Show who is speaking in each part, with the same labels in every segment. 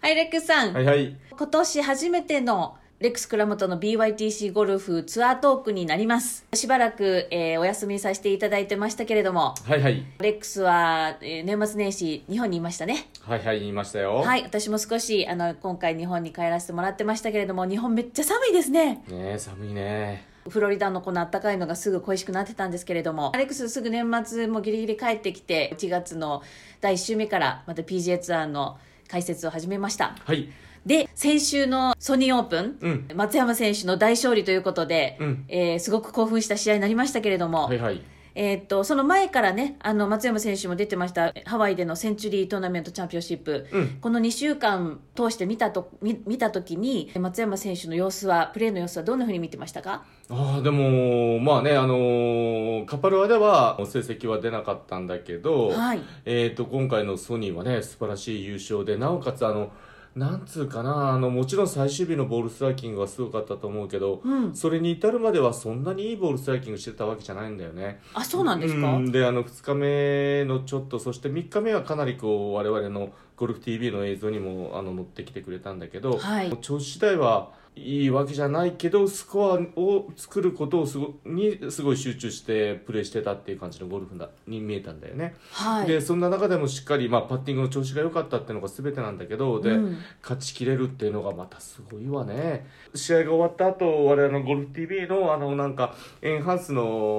Speaker 1: はい、レックスさん。
Speaker 2: はいはい。
Speaker 1: 今年初めてのレックス倉本の BYTC ゴルフツアートークになります。しばらく、えーお休みさせていただいてましたけれども、
Speaker 2: はいはい。
Speaker 1: レックスは、えー年末年始日本にいましたね。
Speaker 2: はいはい、言いましたよ。。
Speaker 1: はいい、私も少し、あの、今回日本に帰らせてもらってましたけれども、日本めっちゃ寒いですね。
Speaker 2: ねえ、寒いね。
Speaker 1: フロリダのこの暖かいのがすぐ恋しくなってたんですけれども、アレックスすぐ年末もギリギリ帰ってきて、1月の第1週目からまた PGA ツアーの解説を始めました。
Speaker 2: はい。
Speaker 1: で、先週のソニーオープン、
Speaker 2: うん。
Speaker 1: 松山選手の大勝利ということで、
Speaker 2: うん
Speaker 1: えーすごく興奮した試合になりましたけれども、
Speaker 2: はいはい。
Speaker 1: えーっとその前からねあの松山選手も出てましたハワイでのセンチュリートーナメントチャンピオンシップ、
Speaker 2: うん
Speaker 1: この2週間通して見たと見見た時に松山選手の様子はプレーの様子はどんなふうに見てましたか
Speaker 2: ああ、でも、まあね、あのーカパルアでは成績は出なかったんだけど、
Speaker 1: はい
Speaker 2: えっ、と、今回のソニーはね、素晴らしい優勝で、なおかつ、あの、なんつうかな、あの、もちろん最終日のボールストライキングはすごかったと思うけど、
Speaker 1: うん
Speaker 2: それに至るまではそんなにいいボールストライキングしてたわけじゃないんだよね。
Speaker 1: あそうなんですか、
Speaker 2: うんであの2日目のちょっとそして3日目はかなりこう我々のゴルフ TV の映像にもあの乗ってきてくれたんだけど、
Speaker 1: はい
Speaker 2: 調子次第はいいわけじゃないけどスコアを作ることをすごにすごい集中してプレーしてたっていう感じのゴルフだに見えたんだよね、
Speaker 1: はい
Speaker 2: でそんな中でもしっかり、まあ、パッティングの調子が良かったっていうのが全てなんだけどで、
Speaker 1: うん
Speaker 2: 勝ちきれるっていうのがまたすごいわね試合が終わった後我々のゴルフ TV のあのなんかエンハンス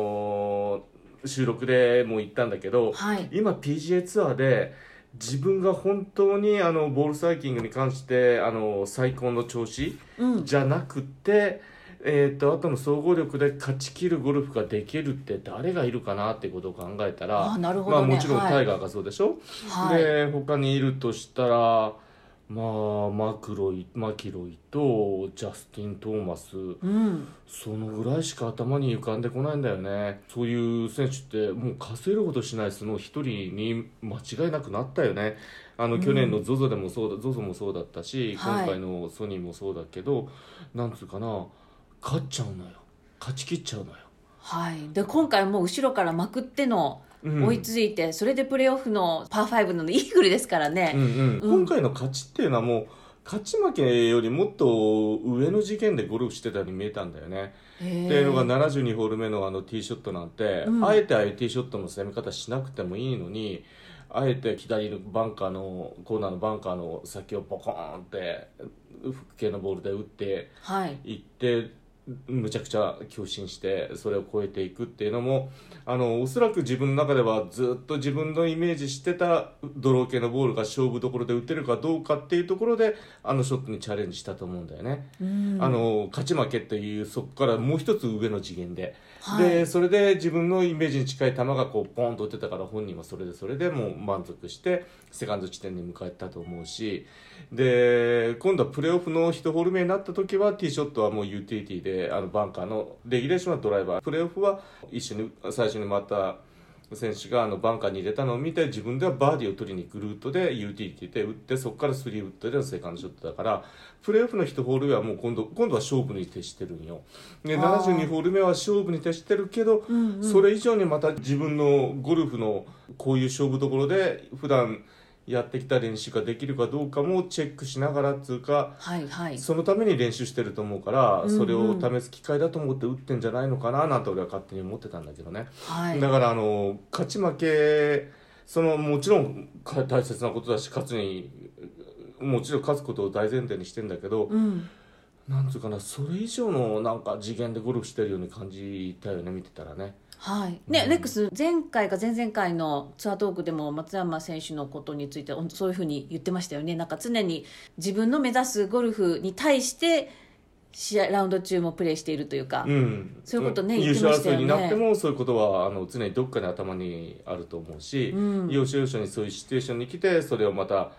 Speaker 2: の収録でも言ったんだけど
Speaker 1: はい
Speaker 2: 今 PGA ツアーで自分が本当にあのボールサイキングに関してあの最高の調子
Speaker 1: うん
Speaker 2: じゃなくて、えー、と後の総合力で勝ちきるゴルフができるって誰がいるかなってことを考えたら
Speaker 1: あなるほ
Speaker 2: ま
Speaker 1: ど
Speaker 2: あ、
Speaker 1: ね、
Speaker 2: もちろん
Speaker 1: はい
Speaker 2: タイガーがそうでしょ、
Speaker 1: はい
Speaker 2: で他にいるとしたらまあマクロイマキロイとジャスティン・トーマス
Speaker 1: うん
Speaker 2: そのぐらいしか頭に浮かんでこないんだよねそういう選手ってもう稼いることしないその一人に間違いなくなったよねあの去年の ZOZO でもそうだ、ZOZO もそうだったし、
Speaker 1: はい
Speaker 2: 今回のソニーもそうだけどなんつうかな勝っちゃうのよ勝ちきっちゃうのよ、
Speaker 1: はい、で今回もう後ろからまくっての
Speaker 2: うん
Speaker 1: 追いついて、それでプレーオフのパー5のイーグルですからね、
Speaker 2: うんうん
Speaker 1: うん
Speaker 2: 今回の勝ちっていうのはもう勝ち負けよりもっと上の事件でゴルフしてたように見えたんだよね。
Speaker 1: へー
Speaker 2: っていうのが72ホール目のあのティーショットなんて、
Speaker 1: うん
Speaker 2: あえてああいうティーショットの攻め方しなくてもいいのにあえて左のバンカーのコーナーのバンカーの先をボコーンって復系のボールで打って
Speaker 1: はい
Speaker 2: 行ってむちゃくちゃ強振してそれを超えていくっていうのもあのおそらく自分の中ではずっと自分のイメージしてたドロー系のボールが勝負どころで打てるかどうかっていうところであのショットにチャレンジしたと思うんだよね、
Speaker 1: うん
Speaker 2: あの勝ち負けというそこからもう一つ上の次元で、
Speaker 1: はい
Speaker 2: でそれで自分のイメージに近い球がこうポンと打てたから本人はそれでそれでもう満足してセカンド地点に向かったと思うしで今度はプレーオフの1ホール目になった時はティーショットはもうユーティリティであのバンカーのレギュレーションはドライバープレーオフは一緒に最初に回った選手があのバンカーに入れたのを見て自分ではバーディーを取りに行くルートでユーティリティで打ってそこからスリーウッドでのセカンドショットだからプレーオフの1ホール目はもう今度今度は勝負に徹してるんよ。で
Speaker 1: あー
Speaker 2: 72ホール目は勝負に徹してるけど、
Speaker 1: うんうん
Speaker 2: それ以上にまた自分のゴルフのこういう勝負どころで普段やってきた練習ができるかどうかもチェックしながらっつうか
Speaker 1: はいはい
Speaker 2: そのために練習してると思うから、
Speaker 1: うんうん
Speaker 2: それを試す機会だと思って打ってんじゃないのかななんて俺は勝手に思ってたんだけどね。
Speaker 1: はい
Speaker 2: だからあの勝ち負けそのもちろんか大切なことだし勝つにもちろん勝つことを大前提にしてんだけど、
Speaker 1: うん
Speaker 2: なんつうかなそれ以上のなんか次元でゴルフしてるように感じたよね見てたらね
Speaker 1: はいね
Speaker 2: うん
Speaker 1: レックス前回か前々回のツアートークでも松山選手のことについてほんとそういうふうに言ってましたよねなんか常に自分の目指すゴルフに対して試合ラウンド中もプレーしているというか、
Speaker 2: うん
Speaker 1: そういうことね言
Speaker 2: 優
Speaker 1: ってまし
Speaker 2: 勝
Speaker 1: た
Speaker 2: 争
Speaker 1: よ
Speaker 2: い
Speaker 1: ね
Speaker 2: になってもそういうことはあの常にどっかに頭にあると思うし、
Speaker 1: うん
Speaker 2: 要所要所にそういうシチュエーションに来てそれをまた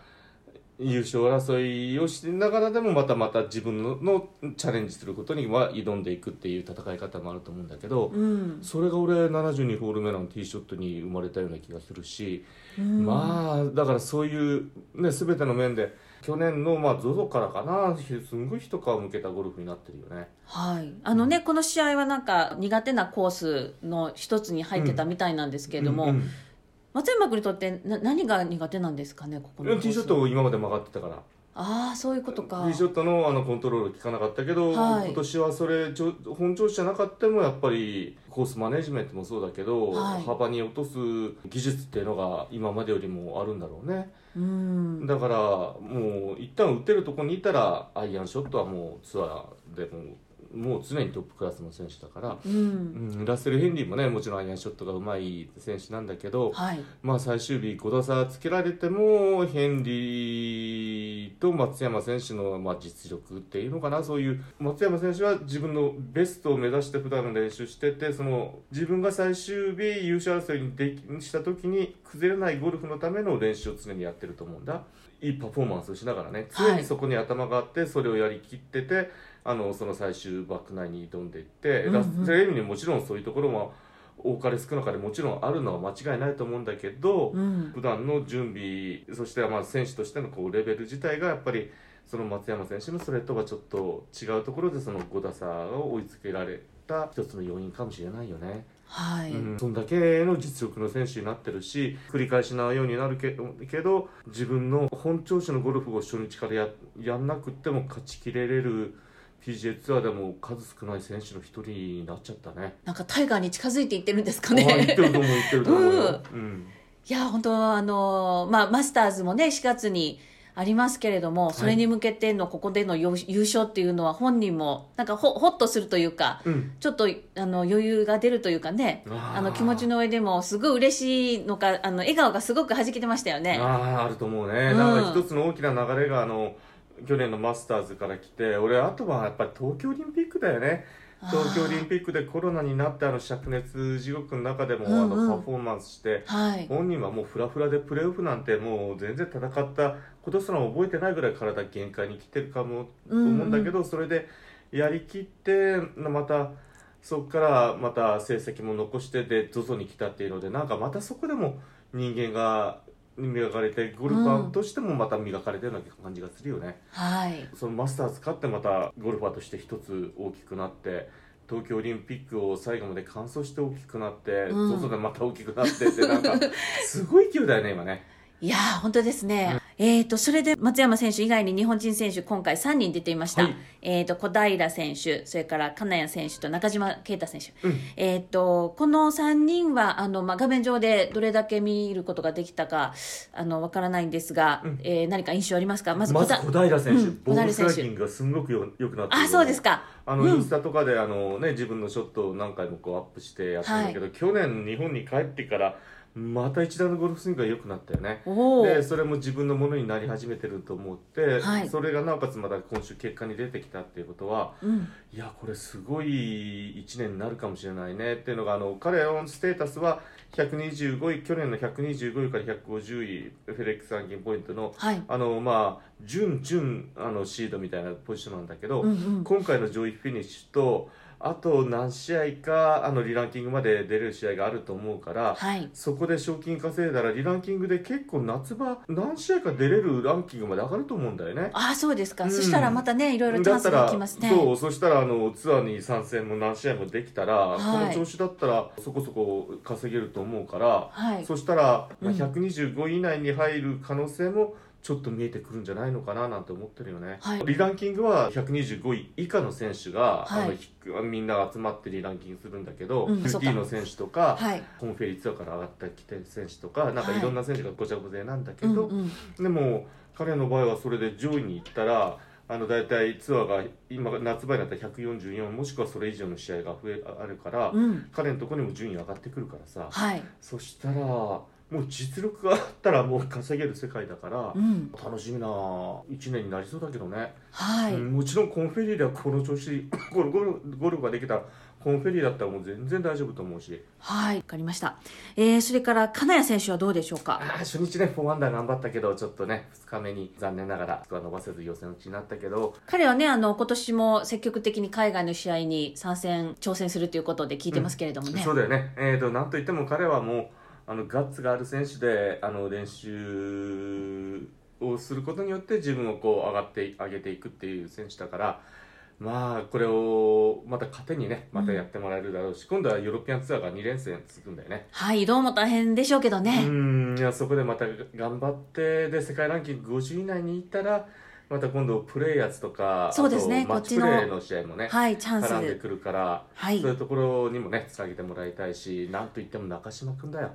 Speaker 2: 優勝争いをしながらでもまたまた自分ののチャレンジすることには挑んでいくっていう戦い方もあると思うんだけど、
Speaker 1: うん
Speaker 2: それが俺72ホール目のティーショットに生まれたような気がするし、
Speaker 1: うん
Speaker 2: まあだからそういう、ね、全ての面で去年の、まあ、ZOZO からかなすんごい一皮向けたゴルフになってるよね。
Speaker 1: はい、あのね、この試合はなんか苦手なコースの一つに入ってたみたいなんですけれども、
Speaker 2: うんうん
Speaker 1: 松山君にとってな何が苦手なんですかね、ここ
Speaker 2: いや
Speaker 1: の
Speaker 2: ティーショットを今まで曲がってたから
Speaker 1: ああそういうことか
Speaker 2: ティーショットのあのコントロール効かなかったけど、
Speaker 1: はい
Speaker 2: 今年はそれちょ本調子じゃなかったもやっぱりコースマネジメントもそうだけど、
Speaker 1: はい
Speaker 2: 幅に落とす技術っていうのが今までよりもあるんだろうね
Speaker 1: うん
Speaker 2: だからもう一旦打てるとこにいたらアイアンショットはもうツアーでももう常にトップクラスの選手だから、
Speaker 1: う
Speaker 2: うんん、ラッセル・ヘンリーもねもちろんアイアンショットがうまい選手なんだけど、
Speaker 1: はい
Speaker 2: まあ、最終日5打差つけられてもヘンリーと松山選手のまあ実力っていうのかなそういう松山選手は自分のベストを目指して普段の練習しててその自分が最終日優勝争いにできした時に崩れないゴルフのための練習を常にやってると思うんだいいパフォーマンスをしながらね常にそこに頭があってそれをやりきってて、あのその最終バックナインに挑んでいって、
Speaker 1: うんうん
Speaker 2: ラセル・ヘンリーにもちろんそういうところも多かれ少なかれもちろんあるのは間違いないと思うんだけど、
Speaker 1: うん
Speaker 2: 普段の準備そしてまあ選手としてのこうレベル自体がやっぱりその松山選手のそれとはちょっと違うところでその5打差を追いつけられた一つの要因かもしれないよね、
Speaker 1: はい、
Speaker 2: うん、そんだけの実力の選手になってるし繰り返しないようになるけけど自分の本調子のゴルフを初日からややんなくっても勝ちきれれる PGA ツアーでも数少ない選手の一人になっちゃったね。
Speaker 1: なんかタイガーに近づいていってるんですか
Speaker 2: あ言っ
Speaker 1: ね
Speaker 2: てると思う言ってると思うよ、うん
Speaker 1: いや本当あのまあマスターズもね4月にありますけれどもそれに向けてのここでのよ優勝っていうのは本人もなんかほほっとするというか
Speaker 2: うん
Speaker 1: ちょっとあの余裕が出るというかね
Speaker 2: あー
Speaker 1: あの気持ちの上でもすごい嬉しいのかあの笑顔がすごくはじけてましたよね。
Speaker 2: あああると思うね、
Speaker 1: うん
Speaker 2: なんか一つの大きな流れがあの去年のマスターズから来て俺あとはやっぱり東京オリンピックだよね東京オリンピックでコロナになってあの灼熱地獄の中でもあ
Speaker 1: うんうん
Speaker 2: のパフォーマンスして、
Speaker 1: はい
Speaker 2: 本人はもうフラフラでプレーオフなんてもう全然戦ったことすら覚えてないぐらい体限界に来てるかもと思うんだけど、それでやりきってまたそこからまた成績も残してで ZOZO に来たっていうのでなんかまたそこでも人間が磨かれてゴルファーとしてもまた磨かれてるような感じがするよね、
Speaker 1: はい
Speaker 2: そのマスターズ勝ってまたゴルファーとして一つ大きくなって東京オリンピックを最後まで完走して大きくなって、
Speaker 1: うん
Speaker 2: ZOZO でまた大きくなってってな んかすごい勢いだよね今ね
Speaker 1: いやー本当ですね、えー、とそれで松山選手以外に日本人選手今回3人出ていました、
Speaker 2: はい
Speaker 1: えー、と小平選手それから金谷選手と中島啓太選手、
Speaker 2: うん
Speaker 1: えー、とこの3人はあの、まあ、画面上でどれだけ見ることができたかあのわからないんですが、
Speaker 2: うん
Speaker 1: えー何か印象ありますかまず
Speaker 2: ま
Speaker 1: 小
Speaker 2: ず
Speaker 1: 田、
Speaker 2: 小平選手、
Speaker 1: うん
Speaker 2: ボール
Speaker 1: 小平
Speaker 2: ス
Speaker 1: 選
Speaker 2: ラ
Speaker 1: 手
Speaker 2: イディングがすんごくよ良くなってる
Speaker 1: あそうですか
Speaker 2: あの
Speaker 1: うん
Speaker 2: インスタとかで、あのね、自分のショットを何回もこうアップしてやってるんだけど、去年日本に帰ってからまた一段のゴルフスイングが良くなったよね
Speaker 1: おお
Speaker 2: でそれも自分のものになり始めてると思って、
Speaker 1: はい
Speaker 2: それがなおかつまた今週結果に出てきたっていうことは
Speaker 1: うん
Speaker 2: いやこれすごい1年になるかもしれないねっていうのがあの彼のステータスは125位去年の125位から150位フェレックスン金ポイントの
Speaker 1: はい
Speaker 2: あのまあ準準あのシードみたいなポジションなんだけど、
Speaker 1: うんうん
Speaker 2: 今回の上位フィニッシュとあと何試合かあのリランキングまで出れる試合があると思うから
Speaker 1: はい
Speaker 2: そこで賞金稼いだらリランキングで結構夏場何試合か出れるランキングまで上がると思うんだよね。
Speaker 1: ああそうですか、
Speaker 2: うん
Speaker 1: そしたらまたねいろいろチャ
Speaker 2: だ
Speaker 1: ン
Speaker 2: っ
Speaker 1: ス
Speaker 2: た
Speaker 1: が
Speaker 2: ら
Speaker 1: きますね
Speaker 2: そうそしたらあのツアーに参戦も何試合もできたら、
Speaker 1: はい
Speaker 2: この調子だったらそこそこ稼げると思うから、
Speaker 1: はい
Speaker 2: そしたら、
Speaker 1: う
Speaker 2: まあ、
Speaker 1: ん
Speaker 2: 125位以内に入る可能性もちょっと見えてくるんじゃないのかななんて思ってるよね、
Speaker 1: はい
Speaker 2: リランキングは125位以下の選手が、
Speaker 1: はい
Speaker 2: あのひみんなが集まってリランキングするんだけど、
Speaker 1: うん
Speaker 2: QT
Speaker 1: そうか
Speaker 2: の選手とか、
Speaker 1: はい
Speaker 2: コンフェリツアーから上がってきてる選手とかなんか
Speaker 1: はい
Speaker 2: いろんな選手がごちゃごちゃなんだけ
Speaker 1: う
Speaker 2: ど、
Speaker 1: んうん
Speaker 2: でも彼の場合はそれで上位に行ったらあの大体ツアーが今夏場になったら144もしくはそれ以上の試合が増えあるから、
Speaker 1: うん
Speaker 2: 彼のところにも順位上がってくるからさ、
Speaker 1: はい
Speaker 2: そしたらもう実力があったらもう稼げる世界だから、
Speaker 1: うん
Speaker 2: 楽しみな1年になりそうだけどね、
Speaker 1: はい、
Speaker 2: うんもちろんコンフェリーではこの調子ゴルゴルゴルフができたらコンフェリーだったらもう全然大丈夫と思うし
Speaker 1: はい、わかりました。えー、それから金谷選手はどうでしょう
Speaker 2: あ
Speaker 1: か。
Speaker 2: ー初日ね4アンダー頑張ったけどちょっとね2日目に残念ながらスコア伸ばせず予選落ちになったけど
Speaker 1: 彼はね、あの今年も積極的に海外の試合に参戦挑戦するということで聞いてますけれどもね。
Speaker 2: そうだよね、えー、となんといっても彼はもうあのガッツがある選手であの練習をすることによって自分をこう上がって上げていくっていう選手だからまあこれをまた糧にねまたやってもらえるだろうし、今度はヨーロピアンツアーが2連戦続くんだよね。
Speaker 1: はい、移動も大変でしょうけど
Speaker 2: う
Speaker 1: ね。
Speaker 2: んいやそこでまた頑張ってで世界ランキング50位以内にいったらまた今度プレーヤーズとか
Speaker 1: そうですね
Speaker 2: あとマッチプ
Speaker 1: こっちの
Speaker 2: レーの試合もね、
Speaker 1: はい、チャン
Speaker 2: 絡んで
Speaker 1: ス。
Speaker 2: くるから、
Speaker 1: はい
Speaker 2: そういうところにもねつなげてもらいたいしなんといっても中島君だよ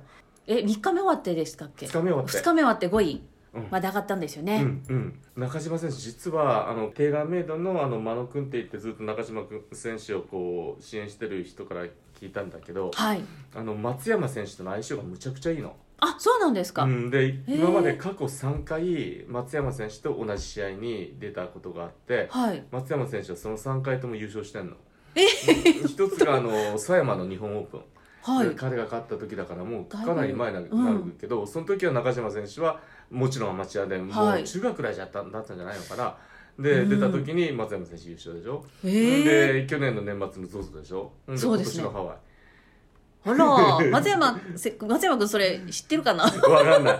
Speaker 1: え、3日目終わってでしたっけ
Speaker 2: 2日目終わって
Speaker 1: 2日目終わって5位
Speaker 2: うん
Speaker 1: まで上がったんですよ
Speaker 2: う
Speaker 1: ね。
Speaker 2: んうん、中島選手実はあのテーラーメイドのあの真野君って言ってずっと中島君選手をこう支援してる人から聞いたんだけど
Speaker 1: はい。
Speaker 2: あの松山選手との相性がむちゃくちゃいいの、
Speaker 1: あ、そうなんですか。
Speaker 2: うん、で
Speaker 1: ー
Speaker 2: 今まで過去3回松山選手と同じ試合に出たことがあって
Speaker 1: はい。
Speaker 2: 松山選手はその3回とも優勝してんの。一つがあの狭山の日本オープン、
Speaker 1: はい
Speaker 2: で。彼が勝った時だからもう
Speaker 1: だいぶ
Speaker 2: かなり前な,、
Speaker 1: うん
Speaker 2: なるけどその時は中島選手はもちろんアマチュアでも
Speaker 1: は
Speaker 2: う
Speaker 1: い
Speaker 2: 中学くらいじゃっただったんじゃないのかなで、
Speaker 1: うん
Speaker 2: 出た時に松山選手優勝でしょ、
Speaker 1: えー、
Speaker 2: で去年の年末の ZOZO でしょで
Speaker 1: そうですね
Speaker 2: 今年のハワイ
Speaker 1: あら、 松山せ、松山君それ知ってるかな
Speaker 2: わかんない。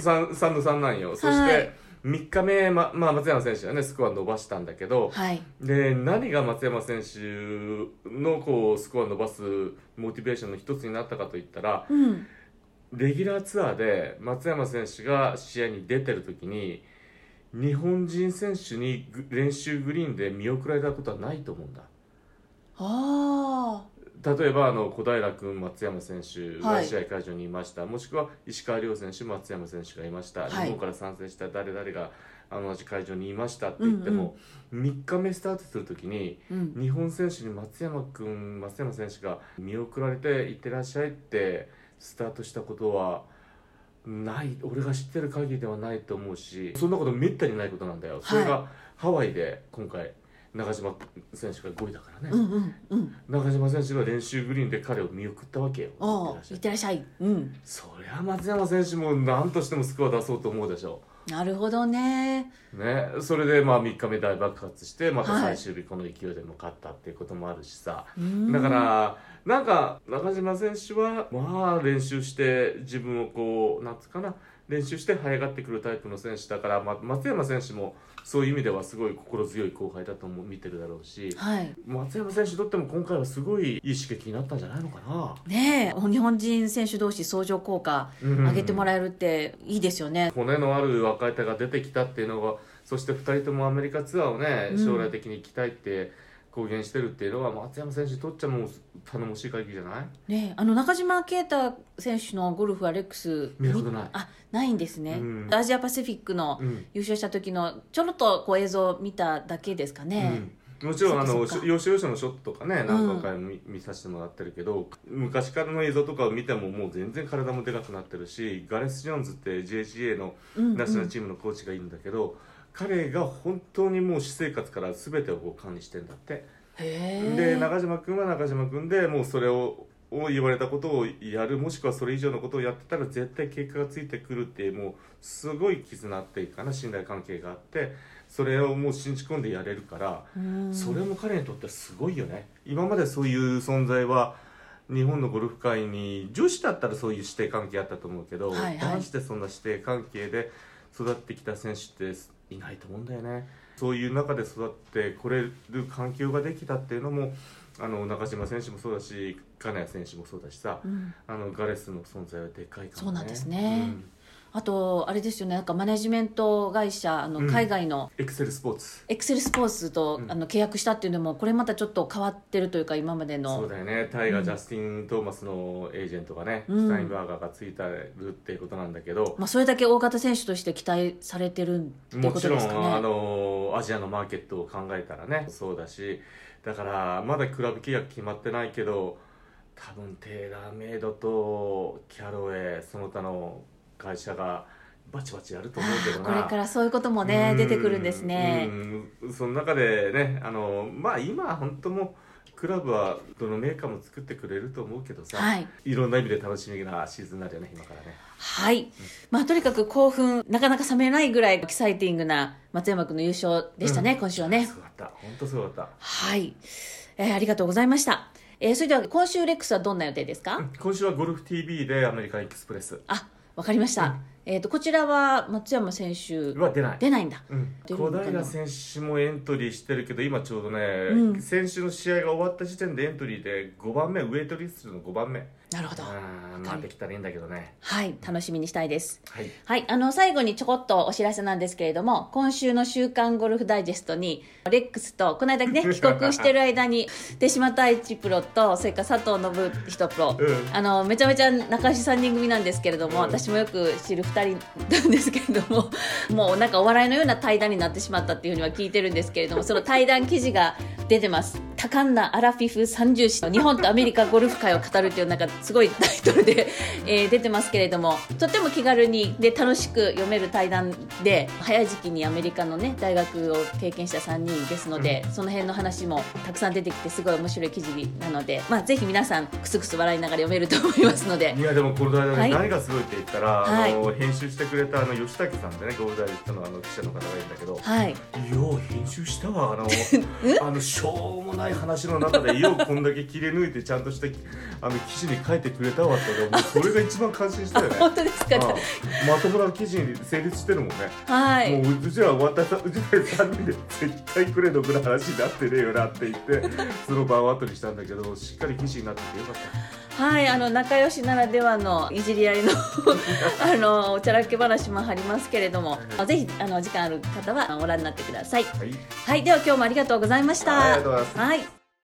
Speaker 2: 三三の三なんよ。そし
Speaker 1: はい
Speaker 2: て三日目ままあ松山選手はねスコア伸ばしたんだけど、
Speaker 1: はい。
Speaker 2: で何が松山選手のこうスコア伸ばすモチベーションの一つになったかといったら、
Speaker 1: うん。
Speaker 2: レギュラーツアーで松山選手が試合に出てる時に。日本人選手にグ練習グリーンで見送られたことはないと思うんだ
Speaker 1: あ
Speaker 2: 例えばあの小平君、松山選手
Speaker 1: は
Speaker 2: が
Speaker 1: い
Speaker 2: 試合会場にいました、もしくは石川遼選手、松山選手がいました、
Speaker 1: い
Speaker 2: 日本から参戦した誰々があの同じ会場にいましたって言っても、3日目スタートするときに、
Speaker 1: あ。うん。
Speaker 2: 日本選手に松山君、松山選手が見送られて、いってらっしゃいってスタートしたことはない、俺が知ってる限りではないと思うし、そんなことめったにないことなんだよ、それがハワイで今回、中島選手が5位だからね。
Speaker 1: うんうんうん。
Speaker 2: 中島選手が練習グリーンで彼を見送ったわけよ
Speaker 1: ああ、いってらっしゃい。うん。
Speaker 2: そりゃ松山選手も何としてもスコア出そうと思うでしょ
Speaker 1: なるほどね。
Speaker 2: うねそれでまあ3日目大爆発してまた
Speaker 1: はい
Speaker 2: 最終日この勢いでも勝ったっていうこともあるしさ、
Speaker 1: うん
Speaker 2: だからなんか中島選手はまあ練習して自分をこうなんつうかな練習して這い上がってくるタイプの選手だから、ま、松山選手もそういう意味ではすごい心強い後輩だと思う見てるだろうし
Speaker 1: はい。
Speaker 2: 松山選手にとっても今回はすごいいい刺激になったんじゃないのかな。
Speaker 1: ねえ、日本人選手同士相乗効果上げても
Speaker 2: え
Speaker 1: らえるっていいですよね。
Speaker 2: 骨のある若い手が出てきたっていうのがそして2人ともアメリカツアーをね
Speaker 1: うん
Speaker 2: 将来的に行きたいって公言してるっていうのは松山選手にとっちゃもう頼もしい限りじゃない
Speaker 1: ねえ、あの中島啓太選手のゴルフはレックス
Speaker 2: 見たことない
Speaker 1: あ、ないんですね。
Speaker 2: うん
Speaker 1: アジアパシフィックの
Speaker 2: うん、
Speaker 1: 優勝した時のちょろっとこう映像を見ただけですかね。
Speaker 2: うんもちろんあ
Speaker 1: そ
Speaker 2: の
Speaker 1: っかそっか
Speaker 2: 要所要所のショットとかね何回か見,、見させてもらってるけど昔からの映像とかを見てももう全然体もでかくなってるしガレス・ジョーンズって JGA の
Speaker 1: うん
Speaker 2: ナショナルチームのコーチがいるんだけど、彼が本当にもう私生活から全てをこう管理してんだって。
Speaker 1: へえ
Speaker 2: で中島君は中島君でもうそれをを言われたことをやるもしくはそれ以上のことをやってたら絶対結果がついてくるっていうもうすごい絆っていうかな信頼関係があってそれをもう信じ込んでやれるから、
Speaker 1: うん
Speaker 2: それも彼にとってはすごいよね今までそういう存在は日本のゴルフ界に女子だったらそういう師弟関係あったと思うけど、
Speaker 1: はいはい
Speaker 2: 男子でそんな師弟関係で育ってきた選手っていないと思うんだよねそういう中で育ってこれる環境ができたっていうのもあの中島選手もそうだし金谷選手もそうだしさ
Speaker 1: うん
Speaker 2: あのガレスの存在はでかいかもね
Speaker 1: そうなんですね
Speaker 2: うん
Speaker 1: あとあれですよねなんかマネジメント会社あ
Speaker 2: う
Speaker 1: の
Speaker 2: ん
Speaker 1: 海外の
Speaker 2: エクセルスポーツ
Speaker 1: エクセルスポーツと、
Speaker 2: うん
Speaker 1: あの契約したっていうのもこれまたちょっと変わってるというか今までの
Speaker 2: そうだよねタイガー、ジャスティン・トーマスのエージェントがね、
Speaker 1: うん
Speaker 2: スタインバーガーがついてるっていうことなんだけど、
Speaker 1: まあ、それだけ大型選手として期待されてるっていう
Speaker 2: も
Speaker 1: こ
Speaker 2: ち
Speaker 1: と
Speaker 2: ろ
Speaker 1: で
Speaker 2: ん、
Speaker 1: すか
Speaker 2: あ
Speaker 1: ね。
Speaker 2: のアジアのマーケットを考えたらねそうだしだからまだクラブ契約決まってないけど多分テーラーメイドとキャロウェイその他の会社がバチバチやると思うけど
Speaker 1: あー
Speaker 2: な
Speaker 1: これからそういうことも
Speaker 2: う
Speaker 1: ね
Speaker 2: ん
Speaker 1: 出てくるんですね。
Speaker 2: うんその中でねあのまあ今本当もうクラブはどのメーカーも作ってくれると思うけどさ、
Speaker 1: はい、
Speaker 2: いろんな意味で楽しみなシーズンになるよね今からね
Speaker 1: はいまあ、とにかく興奮なかなか冷めないぐらいエキサイティングな松山君の優勝でしたね、今週はね
Speaker 2: す。ごかった本当すごかった
Speaker 1: はい、えーありがとうございました、えーそれでは今週レックスはどんな予定ですか、
Speaker 2: 今週はゴルフ TV でアメリカンエクスプレス
Speaker 1: あわかりました、えー、とこちらは松山選手
Speaker 2: は出ない
Speaker 1: 出ないんだ
Speaker 2: うん
Speaker 1: 出るの
Speaker 2: 小
Speaker 1: かな
Speaker 2: 平選手もエントリーしてるけど今ちょうどね、
Speaker 1: うん
Speaker 2: 先週の試合が終わった時点でエントリーで5番目ウェイトリストの5番目
Speaker 1: なるほど
Speaker 2: うんまあできたらいいんだけどね
Speaker 1: はい楽しみにしたいです
Speaker 2: はい
Speaker 1: はい、あの最後にちょこっとお知らせなんですけれども今週の「週刊ゴルフダイジェストに」レックスとこの間 ね帰国してる間に手島太一プロとそれから佐藤信人プロ、
Speaker 2: うん
Speaker 1: あのめちゃめちゃ仲良し3人組なんですけれども、
Speaker 2: うん
Speaker 1: 私もよく知る2人なんですけれども もうなんかお笑いのような対談になってしまったっていうふうには聞いてるんですけれどもその対談記事が出てます「多感なアラフィフ三重士の日本とアメリカゴルフ界を語る」っていうなんかすごいタイトルで、 えー出てますけれどもとても気軽にで楽しく読める対談で早い時期にアメリカのね大学を経験した3人ですので、その辺の話もたくさん出てきてすごい面白い記事なので、まあ、ぜひ皆さんクスクス笑いながら読めると思いますので
Speaker 2: いやでもこの間ね、
Speaker 1: はい
Speaker 2: 何がすごいって言ったら、
Speaker 1: はい
Speaker 2: あの編集してくれたあの吉武さんでねゴールダイレクトのあの記者の方がいるんだけど、
Speaker 1: はい
Speaker 2: よう編集したわあ のあのしょうもない話の中でようこんだけ切り抜いてちゃんとしたあの記事に書いてくれたわって俺もうそれが一番感 心したよね
Speaker 1: 本当ですか、
Speaker 2: ああまともな記事に成立してるもんね、
Speaker 1: はい
Speaker 2: もううちら終わったうちら3人で絶対くれどくな話になってねえよなって言ってその場を後にしたんだけどしっかり記事になっててよかった
Speaker 1: はい、あの仲良しならではのいじり合いの あのおちゃらけ話もありますけれども、ぜひあの時間ある方はご覧になってください。
Speaker 2: はい
Speaker 1: はい、では今日もありがとうございました。
Speaker 2: ありがとうございます
Speaker 1: はい。